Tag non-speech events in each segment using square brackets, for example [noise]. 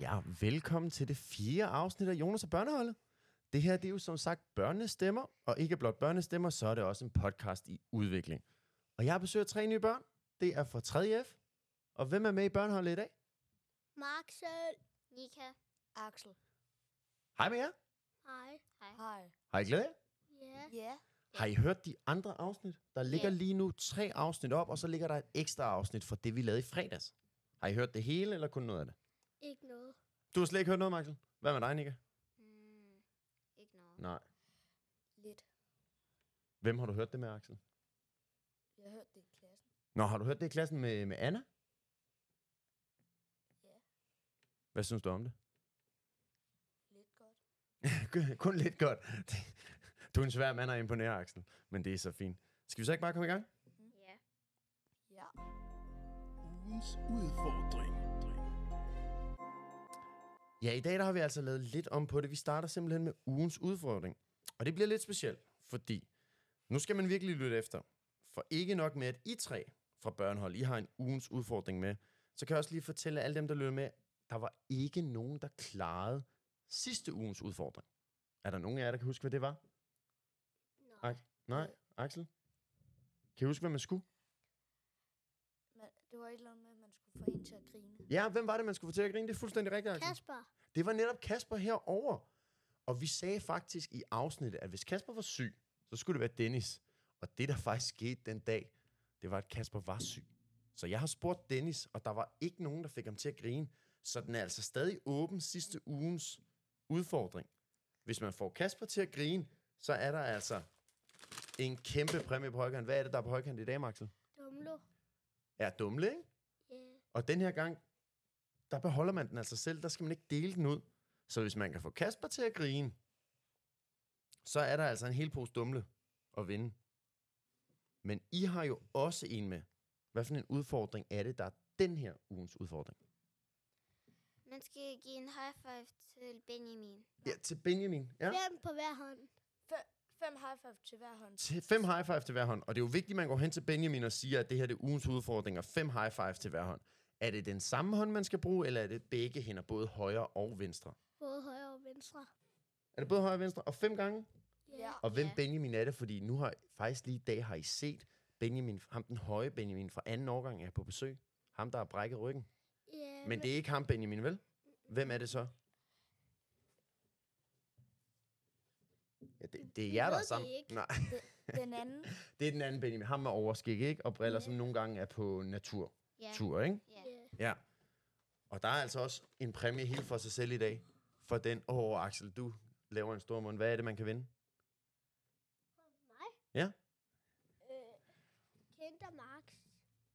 Ja, velkommen til det fjerde afsnit af Jonas og Børneholdet. Det her det er jo som sagt børnestemmer, og ikke blot børnestemmer, så er det også en podcast i udvikling. Og jeg besøger tre nye børn. Det er fra 3F. Og hvem er med i Børneholdet i dag? Mark selv. Nika. Axel. Hej med jer. Hej. Hej. Hej. Har I glædet jer? Ja. Ja. Har I hørt de andre afsnit? Der ligger Ja. lige nu tre afsnit op, og så ligger der et ekstra afsnit for det, vi lavede i fredags. Har I hørt det hele, eller kun noget af det? Ikke noget. Du har slet ikke hørt noget, Michael. Hvad med dig, Nika? Hmm. Mm, ikke noget. Nej. Lidt. Hvem har du hørt det med, Axel? Jeg hørte det i klassen. Nå, har du hørt det i klassen med, med Anna? Ja. Hvad synes du om det? [laughs] Lidt godt. Kun lidt godt. [laughs] Du er en svær mand at imponere, Axel. Men det er så fint. Skal vi så ikke bare komme i gang? Ja. Ja. Ugens udfordring. Ja, i dag der har vi altså lavet lidt om på det. Vi starter simpelthen med ugens udfordring. Og det bliver lidt specielt, fordi nu skal man virkelig lytte efter. For ikke nok med, at I tre fra Børnehold, I har en ugens udfordring med, så kan jeg også lige fortælle alle dem, der lytter med, der var ikke nogen, der klarede sidste ugens udfordring. Er der nogen af jer, der kan huske, hvad det var? Nej. Ak- Nej, Axel? Kan I huske, hvad man skulle? Men det var et eller andet med, at man skulle få en til at grine. Ja, hvem var det, man skulle få til at grine? Det er fuldstændig rigtigt, Axel. Kasper. Det var netop Kasper herover. Og vi sagde faktisk i afsnittet, at hvis Kasper var syg, så skulle det være Dennis. Og det, der faktisk skete den dag, det var, at Kasper var syg. Så jeg har spurgt Dennis, og der var ikke nogen, der fik ham til at grine. Så den er altså stadig åben sidste ugens udfordring. Hvis man får Kasper til at grine, så er der altså en kæmpe præmie på højkant. Hvad er det, der er på højkant i dag, Maxel? Dumlo. Er dumle, ikke? Ja. Og den her gang, der beholder man den altså selv. Der skal man ikke dele den ud. Så hvis man kan få Kasper til at grine, så er der altså en hel pose dumle at vinde. Men I har jo også en med. Hvad for en udfordring er det, der er den her ugens udfordring? Man skal give en high five til Benjamin. Ja, til Benjamin. Ja. Fem på hver hånd. Fem, fem high five til hver hånd. Til fem high five til hver hånd. Og det er jo vigtigt, at man går hen til Benjamin og siger, at det her det er ugens udfordring, og fem high five til hver hånd. Er det den samme hånd, man skal bruge, eller er det begge hænder, både højre og venstre? Både højre og venstre. Er det både højre og venstre? Og fem gange? Ja. Og hvem Ja. Benjamin er det? Fordi nu har faktisk lige i dag har I set Benjamin, ham den høje Benjamin fra anden årgang er på besøg. Ham, der har brækket ryggen. Ja. Men det er ikke ham, Benjamin, vel? Hvem er det så? Ja, det, det er jer, ved der er det sammen. ikke. Nej, [laughs] Den anden. det er den anden Benjamin. Ham med overskæg, ikke? Og briller, som nogle gange er på natur. Ja. Tur, ikke? Ja. Ja. Og der er altså også en præmie helt for sig selv i dag. For den, åh oh, Axel, du laver en stor mund. Hvad er det, man kan vinde? Mig. Ja? Øh, Kinder Marx.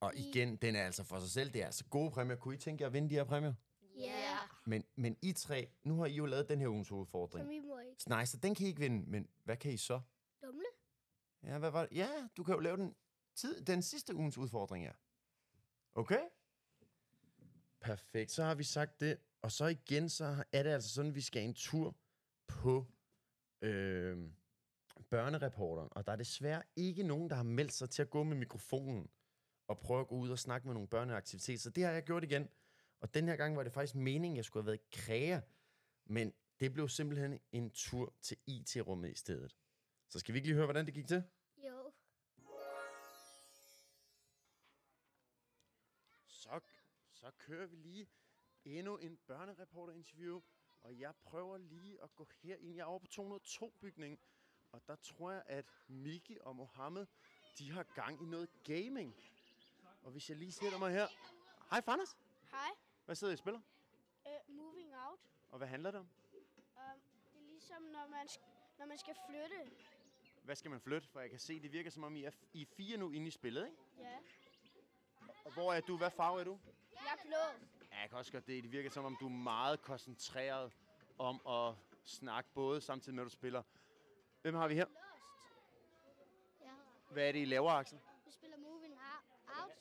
Og igen, den er altså for sig selv. Det er altså gode præmier. Kunne I tænke jer at vinde de her præmier? [laughs] Ja. Men, men I tre, nu har I jo lavet den her ugens Som udfordring. vi må ikke. Nej, så den kan I ikke vinde. Men hvad kan I så? Dumle. Ja, hvad var det? ja du kan jo lave den, tid, den sidste ugens udfordring, ja. Okay? Perfekt, så har vi sagt det. Og så igen, så er det altså sådan, at vi skal en tur på øh, børnereporteren. Og der er desværre ikke nogen, der har meldt sig til at gå med mikrofonen og prøve at gå ud og snakke med nogle børneaktiviteter. Så det har jeg gjort igen. Og den her gang var det faktisk meningen, at jeg skulle have været i kræer. Men det blev simpelthen en tur til IT-rummet i stedet. Så skal vi ikke lige høre, hvordan det gik til? Jo. Så, så kører vi lige endnu en børnereporterinterview, og jeg prøver lige at gå herind. Jeg er over på 202-bygningen, og der tror jeg, at Miki og Mohammed, de har gang i noget gaming. Og hvis jeg lige sætter mig her... Hej, Fanders! Hej. Hvad sidder I og spiller? Uh, moving out. Og hvad handler det om? Um, det er ligesom, når man, sk- når man skal flytte. Hvad skal man flytte? For jeg kan se, det virker som om, I er, f- I er fire nu inde i spillet, ikke? Ja. Og hvor er du? Hvad farve er du? Jeg er blå. Ja, jeg kan også godt det. Det virker som om, du er meget koncentreret om at snakke både samtidig med, at du spiller. Hvem har vi her? Lost. Ja. Hvad er det, I laver, Axel? Vi spiller moving Ou- out.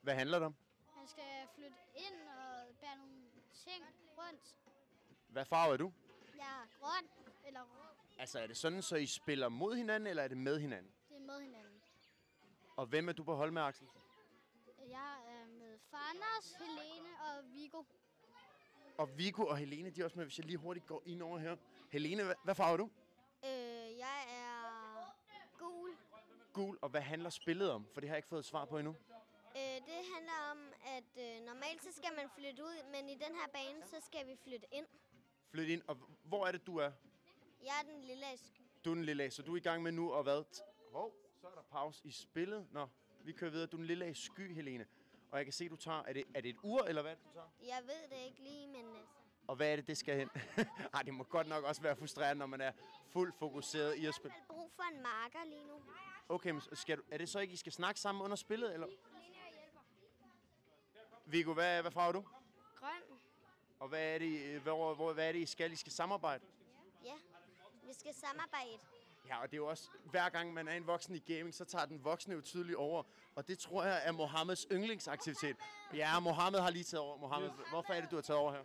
Hvad handler det om? Man skal flytte ind og bære nogle ting rundt. Hvad farve er du? Ja, grøn eller rød. Altså, er det sådan, så I spiller mod hinanden, eller er det med hinanden? Det er med hinanden. Og hvem er du på hold med, Axel? Jeg er med Fanders, Helene og Vigo. Og Vico og Helene, de er også med, hvis jeg lige hurtigt går ind over her. Helene, hvad, hvad farver er du? Øh, jeg er gul. Gul, og hvad handler spillet om? For det har jeg ikke fået svar på endnu. Øh, det handler om, at øh, normalt så skal man flytte ud, men i den her bane, så skal vi flytte ind. Flyt ind, og hvor er det, du er? Jeg er den lille af sk- Du er den lille af, så du er i gang med nu og hvad? T- Hov, så er der pause i spillet. Nå, vi kører videre. Du er den lille af sky, Helene. Og jeg kan se, du tager... Er det, er det et ur, eller hvad er det, du tager? Jeg ved det ikke lige, men altså. Og hvad er det, det skal hen? [laughs] Ej, det må godt nok også være frustrerende, når man er fuldt fokuseret i at Jeg spille. har brug for en marker lige nu. Okay, men skal du, er det så ikke, I skal snakke sammen under spillet, eller? Viggo, hvad, hvad farver du? Grøn. Og hvad er det, øh, hvor, hvor, hvad er det, I skal? I skal samarbejde? Ja, vi skal samarbejde. Ja, og det er jo også, hver gang man er en voksen i gaming, så tager den voksne jo tydeligt over. Og det tror jeg er Mohammeds yndlingsaktivitet. Ja, Mohammed har lige taget over. Mohammed, hvorfor er det, du har taget over her?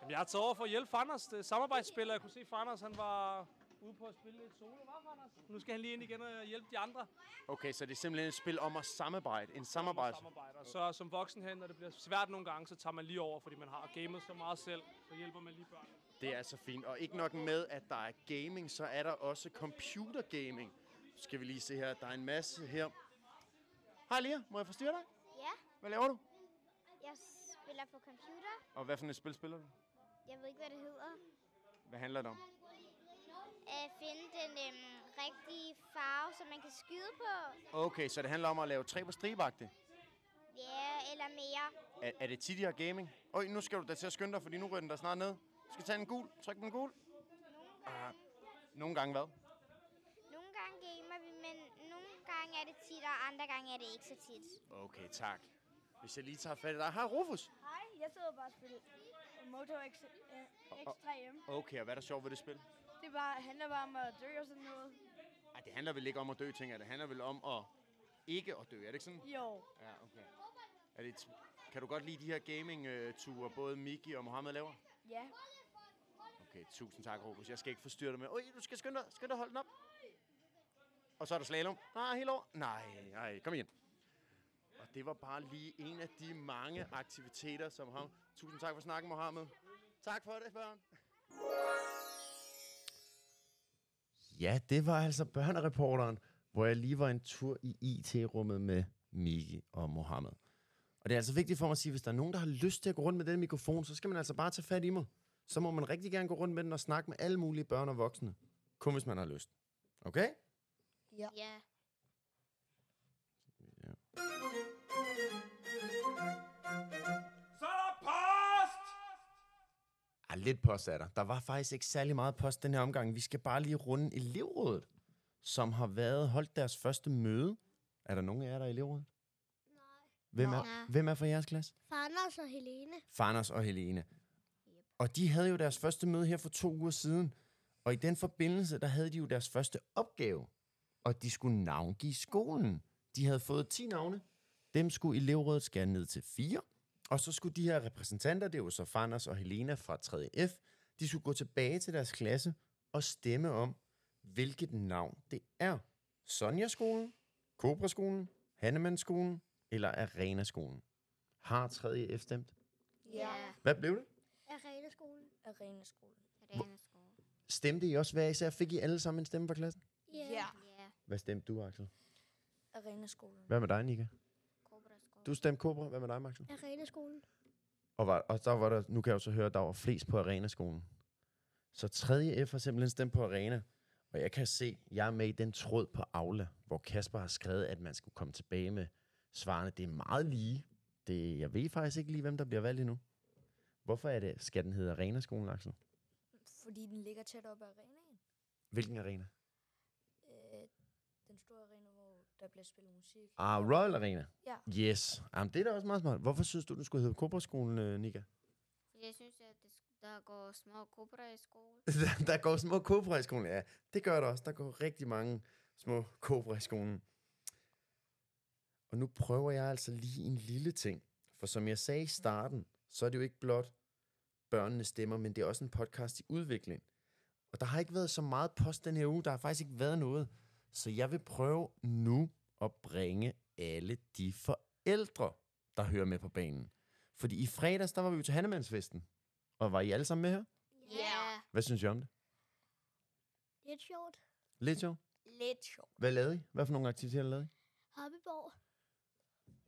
Jamen, jeg har taget over for at hjælpe Fanders. Det er samarbejdsspiller. Jeg kunne se, Fanders han var ude på at spille lidt solo. Var Fanders? Nu skal han lige ind igen og hjælpe de andre. Okay, så det er simpelthen et spil om at samarbejde. En samarbejde. Samarbejder. Så som voksen hen, når det bliver svært nogle gange, så tager man lige over, fordi man har gamet så meget selv. Så hjælper man lige børn. Det er så fint. Og ikke nok med, at der er gaming, så er der også computergaming. Nu skal vi lige se her. Der er en masse her. Hej Lea, må jeg forstyrre dig? Ja, Hvad laver du? jeg spiller på computer. Og hvad for et spil spiller du? Jeg ved ikke, hvad det hedder. Hvad handler det om? At finde den øhm, rigtige farve, som man kan skyde på. Okay, så det handler om at lave tre på stribagtigt. Ja, eller mere. Er, er det tit, I har gaming? Øj, nu skal du da til at skynde dig, fordi nu ryger den der snart ned. Du skal tage en gul. Tryk den gul. Ah, nogle gange hvad? Nogle gange gamer vi, men nogle gange er det tit, og andre gange er det ikke så tit. Okay, tak. Hvis jeg lige tager fat i dig. Hej, Rufus. Hej, jeg sidder bare og spiller Moto X, øh, X3M. Okay, og hvad er der sjovt ved det spil? Det bare, handler bare om at dø og sådan noget. Ej, det handler vel ikke om at dø, tænker jeg. Det handler vel om at ikke at dø, er det ikke sådan? Jo. Ja, okay. Er det et, kan du godt lide de her gaming-ture, både Miki og Mohammed laver? Ja. Okay, tusind tak, Rufus. Jeg skal ikke forstyrre dig med. Øj, du skal skynde dig. Skynd dig at holde den op. Og så er der slalom. Nej, helt over. Nej, nej, kom igen. Og det var bare lige en af de mange aktiviteter, som ham. Tusind tak for snakken, Mohammed. Tak for det, børn. Ja, det var altså børnereporteren, hvor jeg lige var en tur i IT-rummet med Miki og Mohammed. Og det er altså vigtigt for mig at sige, at hvis der er nogen, der har lyst til at gå rundt med den mikrofon, så skal man altså bare tage fat i mig så må man rigtig gerne gå rundt med den og snakke med alle mulige børn og voksne. Kun hvis man har lyst. Okay? Ja. Så er der post! Ej, lidt post er der. Der var faktisk ikke særlig meget post den her omgang. Vi skal bare lige runde elevrådet, som har været holdt deres første møde. Er der nogen af jer, der er i elevrådet? Nej. Hvem Nej. er, hvem er fra jeres klasse? Fanders og Helene. Fanders og Helene. Og de havde jo deres første møde her for to uger siden. Og i den forbindelse, der havde de jo deres første opgave. Og de skulle navngive skolen. De havde fået 10 navne. Dem skulle elevrådet skære ned til 4. Og så skulle de her repræsentanter, det var så Fanders og Helena fra 3F, de skulle gå tilbage til deres klasse og stemme om, hvilket navn det er. Sonja-skolen, Cobra-skolen, Hannemann-skolen eller Arena-skolen. Har 3F stemt? Ja. Hvad blev det? Arena skole. Arenaskolen. Arena skole. Stemte I også hver især? Fik I alle sammen en stemme fra klassen? Ja. Ja. Ja. Hvad stemte du, Axel? Arenaskolen. Hvad med dig, Nika? Cobra skole. Du stemte Cobra. Hvad med dig, Axel? Arena skolen. Og, var, og der var der, nu kan jeg jo så høre, at der var flest på Arenaskolen. Så 3. F har simpelthen stemt på Arena. Og jeg kan se, jeg er med i den tråd på Aula, hvor Kasper har skrevet, at man skulle komme tilbage med svarene. Det er meget lige. Det, jeg ved faktisk ikke lige, hvem der bliver valgt endnu. Hvorfor er det, skal den hedde Arenaskolen, Axel? Fordi den ligger tæt op ad arenaen. Hvilken arena? Øh, den store arena, hvor der bliver spillet musik. Ah, Royal Arena. Ja. Yes. Jamen, det er da også meget smart. Hvorfor synes du, den skulle hedde Cobra-skolen, øh, Nika? Fordi jeg synes, at det, sk- der går små kobra i skole. [laughs] der, der går små kobra i skolen. Ja, det gør der også. Der går rigtig mange små kobra i skolen. Og nu prøver jeg altså lige en lille ting. For som jeg sagde i starten, så er det jo ikke blot børnene stemmer, men det er også en podcast i udvikling. Og der har ikke været så meget post den her uge. Der har faktisk ikke været noget. Så jeg vil prøve nu at bringe alle de forældre, der hører med på banen. Fordi i fredags, der var vi jo til Hannemandsfesten. Og var I alle sammen med her? Ja. Hvad synes I om det? Lidt sjovt. Lidt sjovt. Lidt sjovt. Hvad lavede I? Hvad for nogle aktiviteter lavede I? Hoppeborg.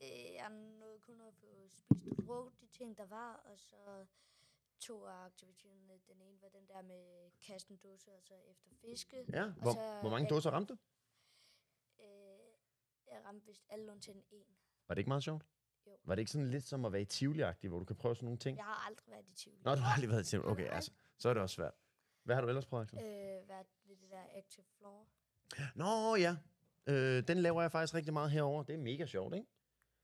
Øh, jeg nåede kun at få spist og drukket de ting, der var, og så to af aktiviteterne. Den ene var den der med kasten dåse, og så efter fiske. Ja, hvor, så- hvor mange ja. altså, dåser ramte du? Øh, jeg ramte vist alle undtagen en. Var det ikke meget sjovt? Jo. Var det ikke sådan lidt som at være i tivoli hvor du kan prøve sådan nogle ting? Jeg har aldrig været i tvivl. Nå, du har aldrig været i Tivoli. Okay, altså, så er det også svært. Hvad har du ellers prøvet, Axel? Øh, været ved det der active floor. Nå, ja. Øh, den laver jeg faktisk rigtig meget herover. Det er mega sjovt, ikke?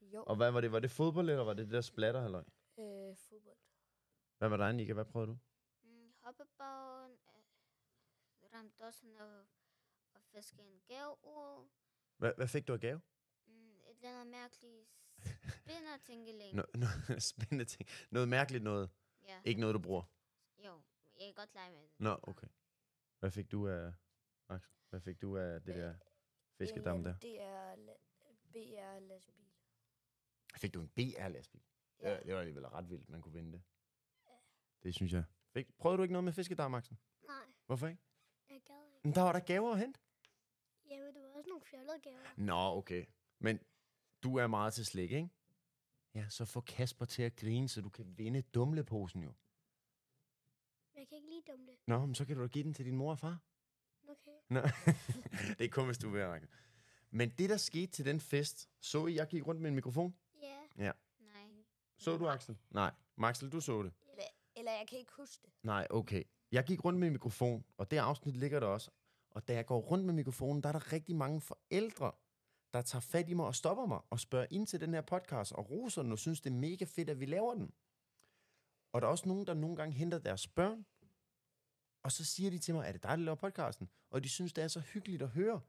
Jo, Og hvad var det? Var det fodbold, eller var det det der splatter, eller øh, fodbold. Hvad var dig, Nika? Hvad prøvede du? Mm, hoppeborgen. Øh, ramte også noget og fiske en gaveur. Hvad, hvad fik du af gave? Mm, et eller andet mærkeligt spinder tingeling. Nå, [laughs] noget spændende ting. Noget mærkeligt noget. Ja, Ikke noget, du bruger. jo. Jeg kan godt lege med det. Nå, okay. Hvad fik du af, Axel? Hvad fik du af det Øh, der fiskedam En, øh, der? Det er la- BR lastbil. Fik du en BR-lastbil? Ja. Øh, det var alligevel ret vildt, man kunne vinde det. Det synes jeg. Fik, prøvede du ikke noget med fiskedam, Axel? Nej, Hvorfor ikke? jeg gad ikke. Men der var der gaver at hente. Jamen, det var også nogle fjollede gaver. Nå, okay. Men du er meget til slik, ikke? Ja, så få Kasper til at grine, så du kan vinde dumleposen jo. Men jeg kan ikke lide dem det. Nå, men så kan du da give den til din mor og far. Okay. Nå. [laughs] det er kun, hvis du vil, Rakel. Men det, der skete til den fest, så I, jeg gik rundt med en mikrofon? Ja. Ja. Nej. Så du, Axel? Nej. Maxel, du så det? Eller jeg kan ikke huske det. Nej, okay. Jeg gik rundt med en mikrofon, og det afsnit ligger der også. Og da jeg går rundt med mikrofonen, der er der rigtig mange forældre, der tager fat i mig og stopper mig og spørger ind til den her podcast og roser den og synes, det er mega fedt, at vi laver den. Og der er også nogen, der nogle gange henter deres børn, og så siger de til mig, er det dig, der laver podcasten? Og de synes, det er så hyggeligt at høre.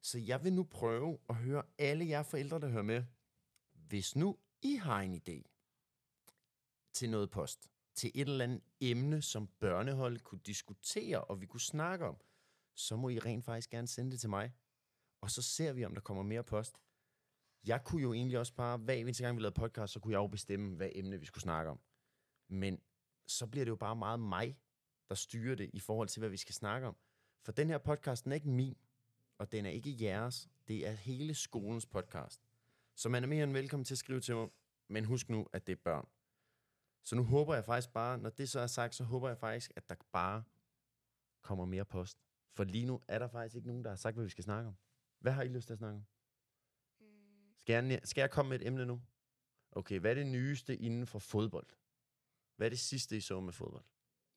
Så jeg vil nu prøve at høre alle jer forældre, der hører med. Hvis nu I har en idé til noget post, til et eller andet emne, som børnehold kunne diskutere, og vi kunne snakke om, så må I rent faktisk gerne sende det til mig. Og så ser vi, om der kommer mere post. Jeg kunne jo egentlig også bare, hver eneste gang vi lavede podcast, så kunne jeg jo bestemme, hvad emne vi skulle snakke om. Men så bliver det jo bare meget mig, der styrer det i forhold til, hvad vi skal snakke om. For den her podcast, den er ikke min, og den er ikke jeres. Det er hele skolens podcast. Så man er mere end velkommen til at skrive til mig, men husk nu, at det er børn. Så nu håber jeg faktisk bare, når det så er sagt, så håber jeg faktisk, at der bare kommer mere post. For lige nu er der faktisk ikke nogen, der har sagt, hvad vi skal snakke om. Hvad har I lyst til at snakke om? Mm, Skal jeg, næ- skal jeg komme med et emne nu? Okay, hvad er det nyeste inden for fodbold? Hvad er det sidste, I så med fodbold?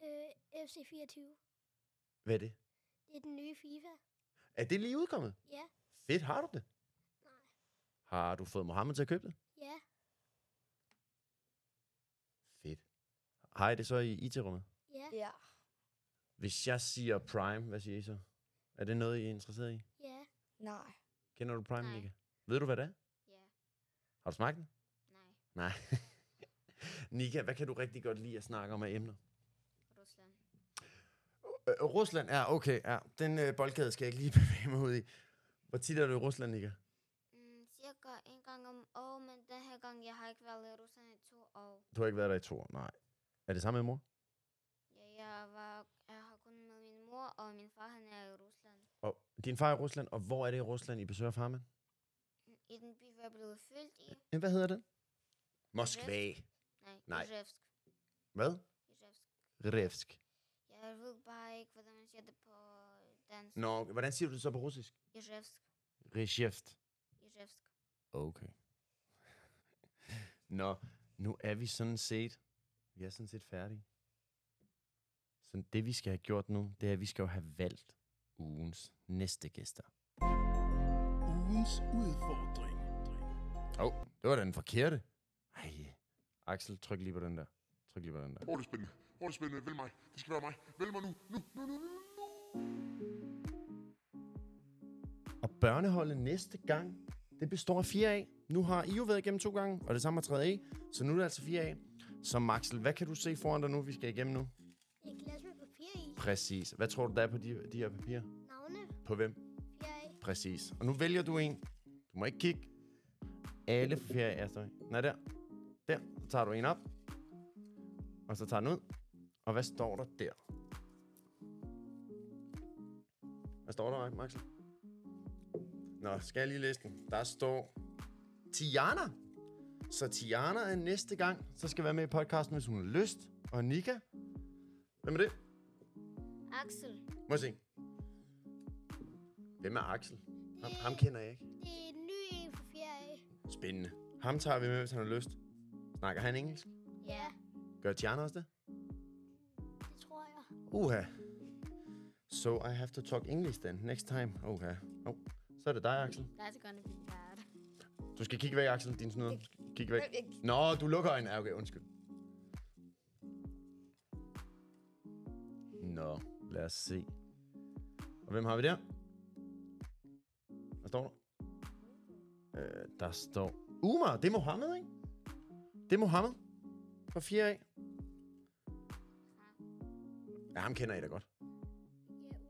øh, FC 24. Hvad er det? Det er den nye FIFA. Er det lige udkommet? Ja. Fedt, har du det? Nej. Har du fået Mohammed til at købe det? Ja. Fedt. Har I det så i IT-rummet? Ja. Ja. Hvis jeg siger Prime, hvad siger I så? Er det noget, I er interesseret i? Ja. Nej. Kender du Prime, Nej. Nika? Ved du, hvad det er? Ja. Har du smagt den? Nej. Nej. [laughs] Nika, hvad kan du rigtig godt lide at snakke om af emner? Rusland. Øh, Rusland, ja, okay. Ja. Den øh, boldgade skal jeg ikke lige [laughs] bevæge mig ud i. Hvor tit er du i Rusland, Nika? Mm, cirka en gang om året, men den her gang, jeg har ikke været i Rusland i to år. Du har ikke været der i to år, nej. Er det samme med mor? Ja, äh, jeg, var, jeg har kun med min mor, og min far han er i Rusland. Og din far er i Rusland, og hvor er det i Rusland, I besøger farmen? Mm, I den by, hvor jeg blev født i. Ja, Hvad hedder den? Moskva. Nej, Nej. Nej. Ijevsk. Hvad? Ijevsk. Revsk. Jeg ved bare ikke, hvordan man siger det på dansk. Nå, okay. hvordan siger du det så på russisk? Ijevsk. Resheft. Ijevsk. Okay. Nå, nu er vi sådan set, vi er sådan set færdige. Så det, vi skal have gjort nu, det er, at vi skal jo have valgt ugens næste gæster. Ugens udfordring. Åh, oh, det var da den forkerte. Ej, Axel, tryk lige på den der. Tryk lige på den der. Hvor er det spændende? Hvor er det spændende? Vælg mig. Det skal være mig. Vælg mig nu. Nu, nu, nu, nu, nu. Og børneholdet næste gang, det består af 4A. Nu har I jo været igennem to gange, og det samme har 3A, så nu er det altså 4A. Så Maxel, hvad kan du se foran dig nu, vi skal igennem nu? Et glas med papir i. Præcis. Hvad tror du, der er på de, de her papirer? Navne. På hvem? Jeg. Præcis. Og nu vælger du en. Du må ikke kigge. Alle på ferie er støj. Nej, der. Der. Så tager du en op. Og så tager den ud. Og hvad står der der? Hvad står der, Max? Nå, skal jeg lige læse den? Der står Tiana. Så Tiana er næste gang, så skal være med i podcasten, hvis hun har lyst. Og Nika. Hvem er det? Axel. Må jeg se. Hvem er Axel? Ham, ham kender jeg ikke. Det er en ny en for fjerde. Spændende. Ham tager vi med, hvis han har lyst. Snakker han engelsk? Ja, Gør Tiana også det? det tror jeg. Uha. So I have to talk English then, next time. Uha. Oh. Så er det dig, Axel. That's gonna be bad. Du skal kigge væk, Axel, din snyder. Kig væk. Jeg- Nå, du lukker øjnene. Ja, okay, undskyld. Nå, lad os se. Og hvem har vi der? Hvad står der? Øh, der står... Umar, det er Mohammed, ikke? Det er Mohammed. Fra 4 af. Ja, ham kender I da godt. Ja,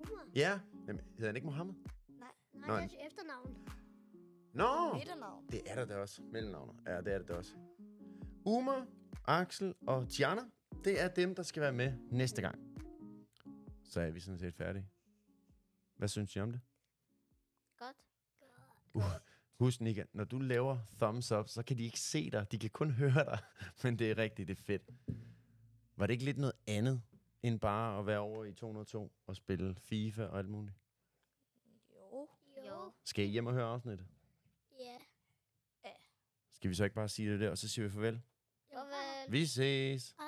Umar. Ja, Jamen, hedder han ikke Mohammed? Nej, Nå, det er til efternavn. Nå! Midternavn. Det er der da også. Mellemnavner. Ja, det er det da også. Uma, Axel og Tiana, det er dem, der skal være med næste gang. Så er vi sådan set færdige. Hvad synes I om det? Godt. Uh, husk, Nika, når du laver thumbs up, så kan de ikke se dig. De kan kun høre dig. [laughs] Men det er rigtigt, det er fedt. Var det ikke lidt noget andet, end bare at være over i 202 og spille FIFA og alt muligt? Jo. Jo. Skal I hjem og høre afsnittet? Ja. Skal vi så ikke bare sige det der, og så siger vi farvel? Og hvad? Vi ses!